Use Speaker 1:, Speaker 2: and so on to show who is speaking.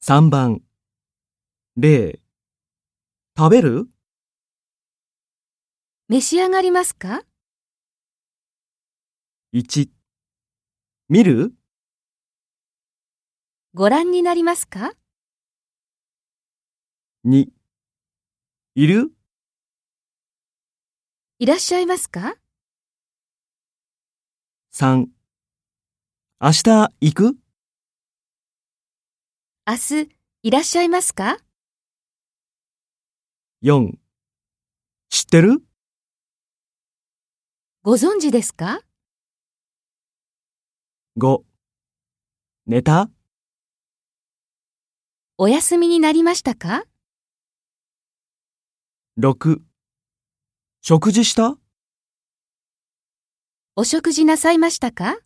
Speaker 1: 3番。0。食べる
Speaker 2: 召し上がりますか
Speaker 1: ?1。見る
Speaker 2: ご覧になりますか
Speaker 1: ?2。いる
Speaker 2: いらっしゃいますか
Speaker 1: ?3。明日行く
Speaker 2: 明日、いらっしゃいますか
Speaker 1: ?4。知ってる
Speaker 2: ご存知ですか
Speaker 1: ?5。寝た
Speaker 2: お休みになりましたか
Speaker 1: ?6。食事した
Speaker 2: お食事なさいましたか